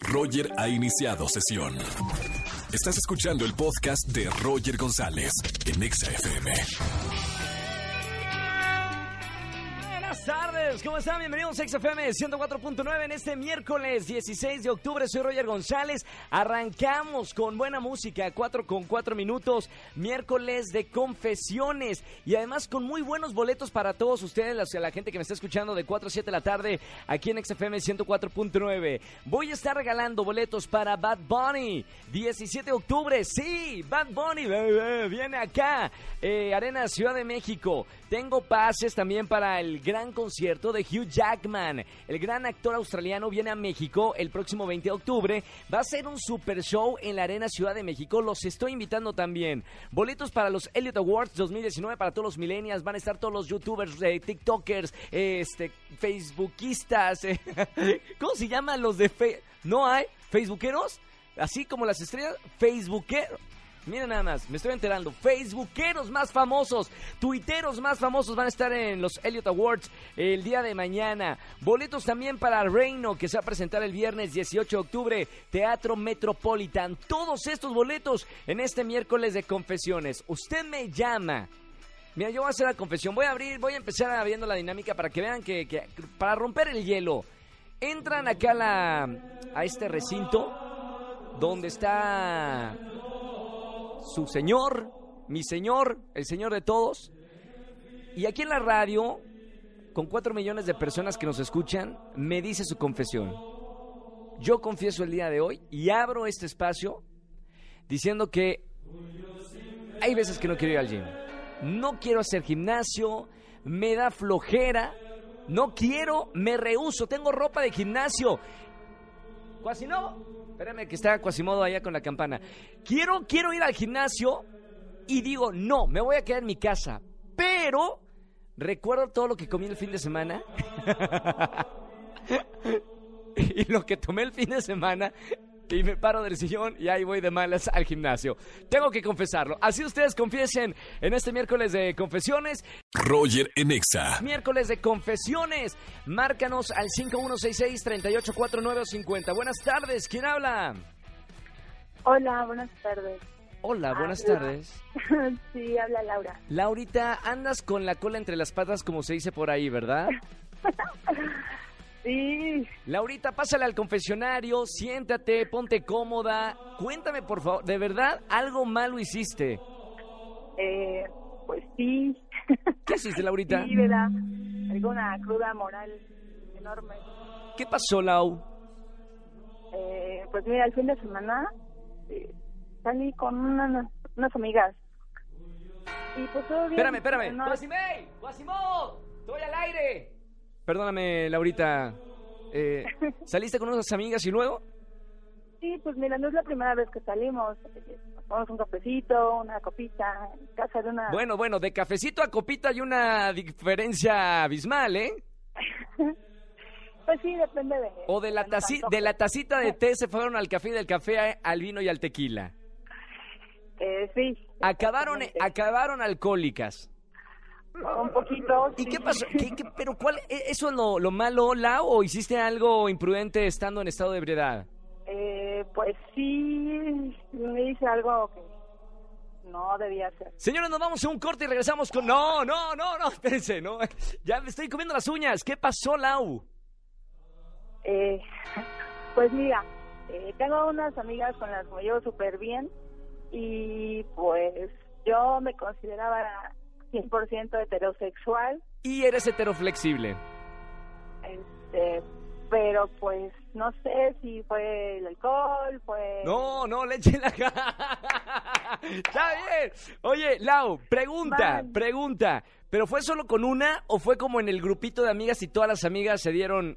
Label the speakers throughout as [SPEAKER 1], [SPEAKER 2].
[SPEAKER 1] Roger ha iniciado sesión. Estás escuchando el podcast de Roger González en Exa FM.
[SPEAKER 2] Buenas tardes, ¿cómo están? Bienvenidos a XFM 104.9 en este miércoles 16 de octubre. Soy Roger González. Arrancamos con buena música, 4 con 4 minutos, miércoles de confesiones y además con muy buenos boletos para todos ustedes, la, la gente que me está escuchando de 4 a 7 de la tarde aquí en XFM 104.9. Voy a estar regalando boletos para Bad Bunny, 17 de octubre. Sí, Bad Bunny, bebé, viene acá, eh, Arena Ciudad de México. Tengo pases también para el gran concierto de Hugh Jackman. El gran actor australiano viene a México el próximo 20 de octubre. Va a ser un super show en la Arena Ciudad de México. Los estoy invitando también. Boletos para los Elliot Awards 2019 para todos los millennials. Van a estar todos los youtubers, eh, tiktokers, eh, este, facebookistas. eh. ¿Cómo se llaman los de fe ¿No hay? ¿Facebookeros? Así como las estrellas, facebookeros. Miren nada más, me estoy enterando. Facebookeros más famosos, tuiteros más famosos van a estar en los Elliot Awards el día de mañana. Boletos también para Reino, que se va a presentar el viernes 18 de octubre, Teatro Metropolitan. Todos estos boletos en este miércoles de confesiones. Usted me llama. Mira, yo voy a hacer la confesión. Voy a abrir, voy a empezar abriendo la dinámica para que vean que, que- para romper el hielo. Entran acá a, la, a este recinto donde está su señor, mi señor, el señor de todos. Y aquí en la radio, con cuatro millones de personas que nos escuchan, me dice su confesión. Yo confieso el día de hoy y abro este espacio diciendo que hay veces que no quiero ir al gym. No quiero hacer gimnasio, me da flojera, no quiero, me rehuso, tengo ropa de gimnasio. Quasimodo, espérame que está Quasimodo allá con la campana. Quiero, quiero ir al gimnasio y digo, no, me voy a quedar en mi casa. Pero recuerdo todo lo que comí el fin de semana y lo que tomé el fin de semana y me paro del sillón y ahí voy de malas al gimnasio. Tengo que confesarlo. Así ustedes confiesen en este miércoles de confesiones.
[SPEAKER 1] Roger en Exa.
[SPEAKER 2] Miércoles de confesiones. Márcanos al 5166-384950. Buenas tardes. ¿Quién habla?
[SPEAKER 3] Hola, buenas tardes.
[SPEAKER 2] Hola, buenas
[SPEAKER 3] Habla.
[SPEAKER 2] tardes.
[SPEAKER 3] sí, habla Laura.
[SPEAKER 2] Laurita, andas con la cola entre las patas como se dice por ahí, ¿verdad?
[SPEAKER 3] Sí,
[SPEAKER 2] Laurita, pásale al confesionario, siéntate, ponte cómoda. Cuéntame, por favor, ¿de verdad algo malo hiciste?
[SPEAKER 3] eh, pues sí.
[SPEAKER 2] ¿Qué hiciste, Laurita?
[SPEAKER 3] Sí, ¿verdad? Alguna cruda moral enorme.
[SPEAKER 2] ¿Qué pasó, Lau?
[SPEAKER 3] Eh, pues mira, el fin de semana eh, salí con una- unas amigas. Y pues todo bien.
[SPEAKER 2] Espérame, espérame.
[SPEAKER 3] No,
[SPEAKER 2] ¡Guasimey! ¡Guasimo! ¡Estoy al aire! Perdóname, Laurita. Eh, ¿Saliste con unas amigas y luego?
[SPEAKER 3] sí, pues mira, no es la primera vez que salimos. Eh, nos Tomamos un cafecito, una copita, en casa de una...
[SPEAKER 2] Bueno, bueno, de cafecito a copita hay una diferencia abismal, ¿eh?
[SPEAKER 3] Pues sí, depende de...
[SPEAKER 2] O de la,
[SPEAKER 3] de los
[SPEAKER 2] taci-
[SPEAKER 3] antojos.
[SPEAKER 2] de la tacita de té se fueron al café, y del café al vino y al tequila.
[SPEAKER 3] Eh, sí.
[SPEAKER 2] Acabaron, acabaron alcohólicas.
[SPEAKER 3] Un poquito.
[SPEAKER 2] Ah. ¿Y
[SPEAKER 3] sí.
[SPEAKER 2] qué pasó? ¿Qué- qué- ¿Pero cuál? e- ¿Eso es lo, lo malo, Lau? ¿O hiciste algo imprudente estando en estado de ebriedad?
[SPEAKER 3] Eh, pues sí, me hice algo que no debía hacer.
[SPEAKER 2] Señores, nos vamos a un corte y regresamos con... No, no, no, no, espérense, no. Ya me estoy comiendo las uñas. ¿Qué pasó, Lau?
[SPEAKER 3] Eh, pues mira, eh, tengo unas amigas con las que me llevo súper bien y pues yo me consideraba 100% heterosexual,
[SPEAKER 2] Y eres heteroflexible.
[SPEAKER 3] este, pero pues no sé si fue el alcohol, fue...
[SPEAKER 2] No, no, le echen la... Está bien. Oye, Lau, pregunta,
[SPEAKER 3] Man.
[SPEAKER 2] pregunta. ¿Pero fue solo con una o fue como en el grupito de amigas y todas las amigas se dieron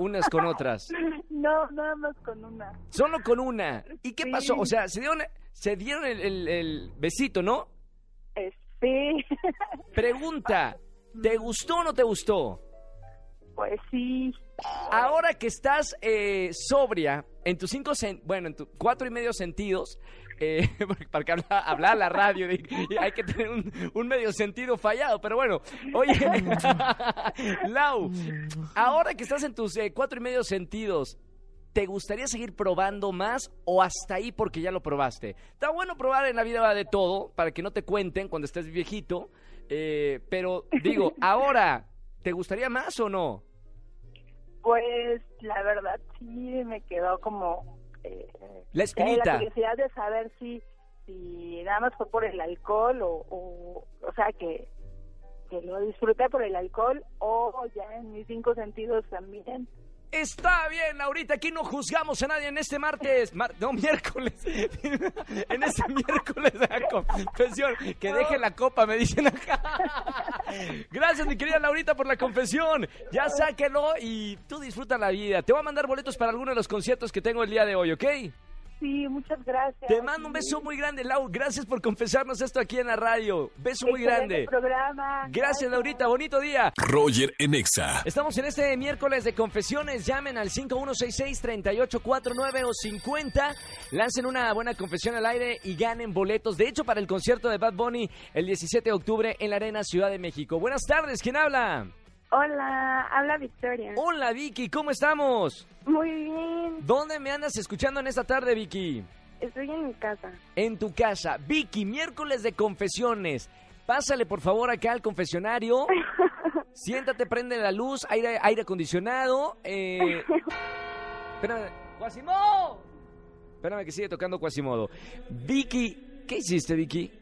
[SPEAKER 2] unas con otras?
[SPEAKER 3] No, nada más con una.
[SPEAKER 2] Solo con una. ¿Y qué
[SPEAKER 3] Sí.
[SPEAKER 2] pasó? O sea, se dieron, se dieron el, el- el besito, ¿no?
[SPEAKER 3] Eh, sí,
[SPEAKER 2] Pregunta, ¿te gustó o no te gustó?
[SPEAKER 3] pues sí.
[SPEAKER 2] Ahora que estás eh, sobria, en tus cinco, sen- bueno, en tus cuatro y medio sentidos, eh, porque para que habla, habla la radio, y- y hay que tener un, un medio sentido fallado, pero bueno, oye, Lau, ahora que estás en tus eh, cuatro y medio sentidos, ¿Te gustaría seguir probando más o hasta ahí porque ya lo probaste? Está bueno probar en la vida de todo para que no te cuenten cuando estés viejito. eh, pero digo, ahora, ¿te gustaría más o no?
[SPEAKER 3] Pues la verdad sí me quedó como eh,
[SPEAKER 2] La
[SPEAKER 3] eh, la
[SPEAKER 2] espinita.
[SPEAKER 3] curiosidad de saber si, si nada más fue por el alcohol o, o, o sea, que, que lo disfruté por el alcohol o ya en mis cinco sentidos también.
[SPEAKER 2] Está bien, Laurita, aquí no juzgamos a nadie en este martes, mar- no, miércoles, en este miércoles de la confesión, que deje la copa, me dicen acá. Gracias, mi querida Laurita, por la confesión, ya sáquelo y tú disfruta la vida. Te voy a mandar boletos para alguno de los conciertos que tengo el día de hoy, ¿ok?
[SPEAKER 3] Sí, muchas gracias.
[SPEAKER 2] Te mando un
[SPEAKER 3] Y
[SPEAKER 2] beso muy grande, Lau, gracias por confesarnos esto aquí en la radio, beso muy
[SPEAKER 3] excelente
[SPEAKER 2] grande.
[SPEAKER 3] programa.
[SPEAKER 2] Gracias, Laurita, bonito día.
[SPEAKER 1] Roger en Exa.
[SPEAKER 2] Estamos en este miércoles de confesiones. Llamen al 5166-3849 o 50. Lancen una buena confesión al aire y ganen boletos. De hecho, para el concierto de Bad Bunny el 17 de octubre en la Arena Ciudad de México. Buenas tardes, ¿quién habla?
[SPEAKER 4] Hola, habla Victoria.
[SPEAKER 2] Hola, Vicky, ¿cómo estamos?
[SPEAKER 4] Muy bien,
[SPEAKER 2] ¿Dónde me andas escuchando en esta tarde, Vicky?
[SPEAKER 4] estoy en mi casa.
[SPEAKER 2] En tu casa. Vicky, miércoles de confesiones. Pásale por favor acá al confesionario. Siéntate, prende la luz, aire, aire acondicionado. Eh... Espérame, ¡Quasimodo! Espérame que sigue tocando Quasimodo. Vicky, ¿qué hiciste, Vicky?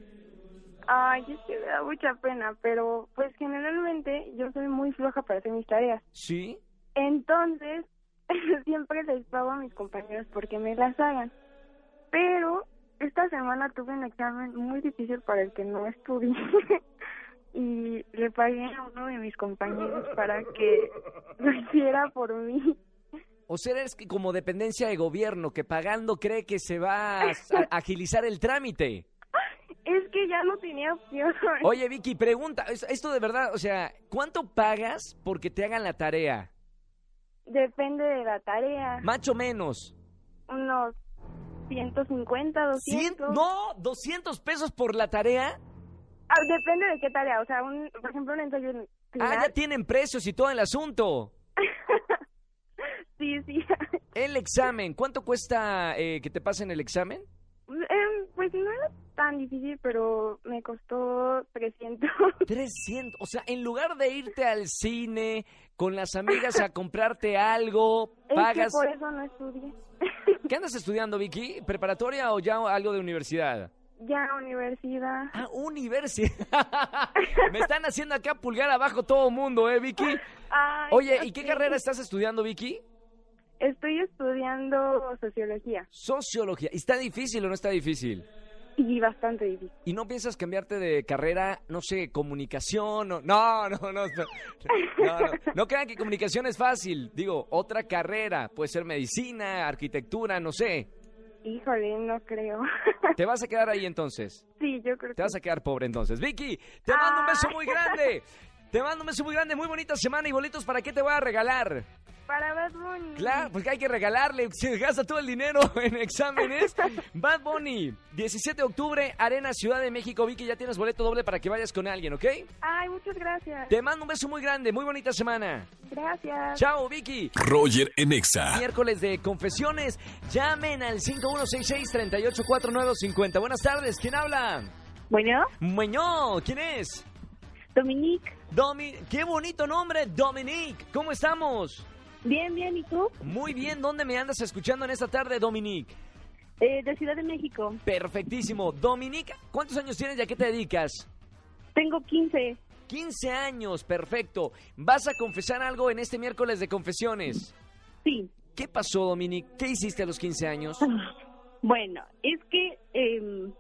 [SPEAKER 4] Ay, es que me da mucha pena, pero pues generalmente yo soy muy floja para hacer mis tareas.
[SPEAKER 2] Sí.
[SPEAKER 4] Entonces, siempre les pago a mis compañeros porque me las hagan. Pero esta semana tuve un examen muy difícil para el que no estudié. y le pagué a uno de mis compañeros para que lo hiciera por mí.
[SPEAKER 2] O sea, eres que como dependencia de gobierno que pagando cree que se va a a- agilizar el trámite.
[SPEAKER 4] Es que ya no tenía opción.
[SPEAKER 2] Oye, Vicky, pregunta, es- esto de verdad, o sea, ¿cuánto pagas porque te hagan la tarea?
[SPEAKER 4] Depende de la tarea.
[SPEAKER 2] Más o menos.
[SPEAKER 4] Unos 150, 200.
[SPEAKER 2] ¿Cien? No, 200 pesos por la tarea.
[SPEAKER 4] Ah, depende de qué tarea. O sea, un, por ejemplo, un ensayo
[SPEAKER 2] Ah, ya
[SPEAKER 4] final.
[SPEAKER 2] tienen precios y todo el asunto.
[SPEAKER 4] sí, sí.
[SPEAKER 2] El examen, ¿cuánto cuesta eh, que te pasen el examen?
[SPEAKER 4] Em, pues no era tan difícil, pero me costó 300.
[SPEAKER 2] 300, o sea, en lugar de irte al cine con las amigas a comprarte algo,
[SPEAKER 4] Es que
[SPEAKER 2] pagas.
[SPEAKER 4] por eso no estudié.
[SPEAKER 2] ¿Qué andas estudiando, Vicky? ¿Preparatoria o ya algo de universidad?
[SPEAKER 4] ya universidad.
[SPEAKER 2] Ah, universidad. Me están haciendo acá pulgar abajo todo mundo, ¿eh, Vicky?
[SPEAKER 4] Ay,
[SPEAKER 2] Oye, ¿y qué
[SPEAKER 4] ok.
[SPEAKER 2] carrera estás estudiando, Vicky?
[SPEAKER 4] Estoy estudiando sociología
[SPEAKER 2] Sociología. ¿Y ¿Está difícil o no está difícil?
[SPEAKER 4] y bastante difícil.
[SPEAKER 2] ¿Y no piensas cambiarte de carrera, no sé, comunicación? o- No, no, no, no, no, no. No crean que comunicación es fácil. Digo, otra carrera. Puede ser medicina, arquitectura, no sé.
[SPEAKER 4] Híjole, no creo.
[SPEAKER 2] Te vas a quedar ahí entonces.
[SPEAKER 4] sí, yo creo
[SPEAKER 2] Te
[SPEAKER 4] que
[SPEAKER 2] vas a quedar pobre entonces. Vicky, te mando un beso
[SPEAKER 4] Ay.
[SPEAKER 2] muy grande. Te mando un beso muy grande. Muy bonita semana y boletos para qué te voy a regalar.
[SPEAKER 4] Para Bad Bunny.
[SPEAKER 2] Claro, porque hay que regalarle, se gasta todo el dinero en exámenes. Bad Bunny, 17 de octubre, Arena Ciudad de México. Vicky, ya tienes boleto doble para que vayas con alguien, ¿ok?
[SPEAKER 4] Ay, muchas gracias.
[SPEAKER 2] Te mando un beso muy grande, muy bonita semana.
[SPEAKER 4] Gracias.
[SPEAKER 2] Chao, Vicky.
[SPEAKER 1] Roger en Exa.
[SPEAKER 2] Miércoles de confesiones. Llamen al 5166-384950. Buenas tardes, ¿quién habla?
[SPEAKER 3] Bueno,
[SPEAKER 2] Muñoz, ¿quién es?
[SPEAKER 3] Dominique,
[SPEAKER 2] Domi Qué bonito nombre, Dominique. ¿Cómo estamos?
[SPEAKER 3] bien, bien, ¿y tú?
[SPEAKER 2] Muy bien, ¿dónde me andas escuchando en esta tarde, Dominique?
[SPEAKER 3] Eh, de Ciudad de México.
[SPEAKER 2] Perfectísimo. Dominique, ¿cuántos años tienes y a qué te dedicas?
[SPEAKER 3] Tengo 15.
[SPEAKER 2] 15 años, perfecto. ¿Vas a confesar algo en este miércoles de confesiones?
[SPEAKER 3] Sí.
[SPEAKER 2] ¿Qué pasó, Dominique? ¿Qué hiciste a los 15 años?
[SPEAKER 3] Bueno, es que em,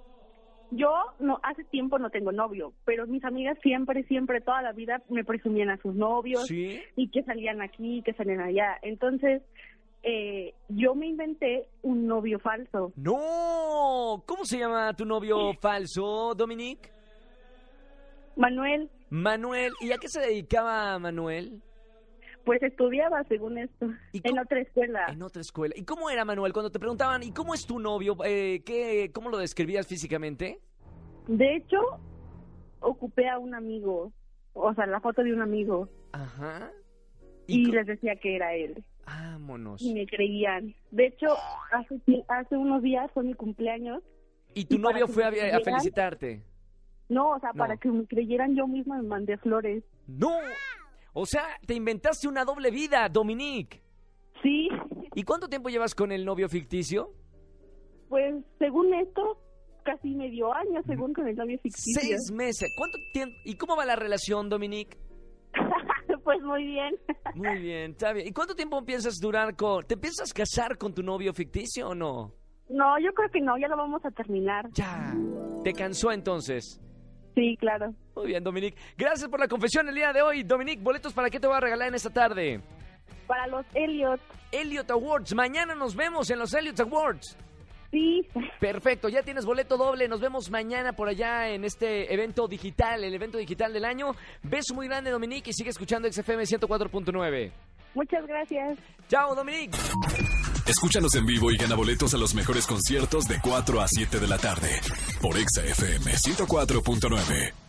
[SPEAKER 3] yo no hace tiempo no tengo novio, pero mis amigas siempre, siempre, toda la vida me presumían a sus novios
[SPEAKER 2] Sí.
[SPEAKER 3] y que salían aquí, que salían allá. Entonces, eh, yo me inventé un novio falso.
[SPEAKER 2] No, ¿cómo se llama tu novio falso, Dominique?
[SPEAKER 3] Manuel,
[SPEAKER 2] Manuel, ¿y a qué se dedicaba Manuel?
[SPEAKER 3] pues estudiaba, según esto,
[SPEAKER 2] ¿Y
[SPEAKER 3] en
[SPEAKER 2] cómo-
[SPEAKER 3] otra escuela.
[SPEAKER 2] En otra escuela. ¿Y cómo era Manuel? Cuando te preguntaban, ¿y cómo es tu novio? Eh, ¿qué, ¿Cómo lo describías físicamente?
[SPEAKER 3] De hecho, ocupé a un amigo, o sea, la foto de un amigo,
[SPEAKER 2] Ajá.
[SPEAKER 3] y
[SPEAKER 2] co-
[SPEAKER 3] les decía que era él.
[SPEAKER 2] Vámonos.
[SPEAKER 4] y me creían. De hecho, hace, tie- hace unos días fue mi cumpleaños.
[SPEAKER 2] ¿Y tu
[SPEAKER 4] y para
[SPEAKER 2] novio
[SPEAKER 4] que
[SPEAKER 2] fue a,
[SPEAKER 4] me
[SPEAKER 2] a
[SPEAKER 4] creyeran-
[SPEAKER 2] felicitarte?
[SPEAKER 4] No, o sea,
[SPEAKER 2] No.
[SPEAKER 4] para que me creyeran yo misma me mandé flores.
[SPEAKER 2] ¡No! O sea, te inventaste una doble vida, Dominique.
[SPEAKER 4] Sí,
[SPEAKER 2] ¿Y cuánto tiempo llevas con el novio ficticio?
[SPEAKER 4] pues según esto, casi medio año, según con el novio ficticio.
[SPEAKER 2] Seis meses. ¿Cuánto tiempo? ¿Y cómo va la relación, Dominique?
[SPEAKER 4] pues muy bien.
[SPEAKER 2] Muy bien, está bien. ¿Y cuánto tiempo piensas durar con... ¿Te piensas casar con tu novio ficticio o no?
[SPEAKER 4] No, yo creo que no, ya lo vamos a terminar.
[SPEAKER 2] Ya. ¿Te cansó entonces?
[SPEAKER 4] Sí, claro.
[SPEAKER 2] Muy bien, Dominique. Gracias por la confesión el día de hoy. Dominique, boletos para qué te voy a regalar en esta tarde.
[SPEAKER 4] Para los Elliot,
[SPEAKER 2] Elliot Awards. Mañana nos vemos en los Elliot Awards.
[SPEAKER 4] sí.
[SPEAKER 2] Perfecto, ya tienes boleto doble. Nos vemos mañana por allá en este evento digital, el evento digital del año. Beso muy grande, Dominique, y sigue escuchando XFM 104.9.
[SPEAKER 4] Muchas gracias.
[SPEAKER 2] Chao, Dominique.
[SPEAKER 1] Escúchanos en vivo y gana boletos a los mejores conciertos de 4 a 7 de la tarde por Exa FM 104.9.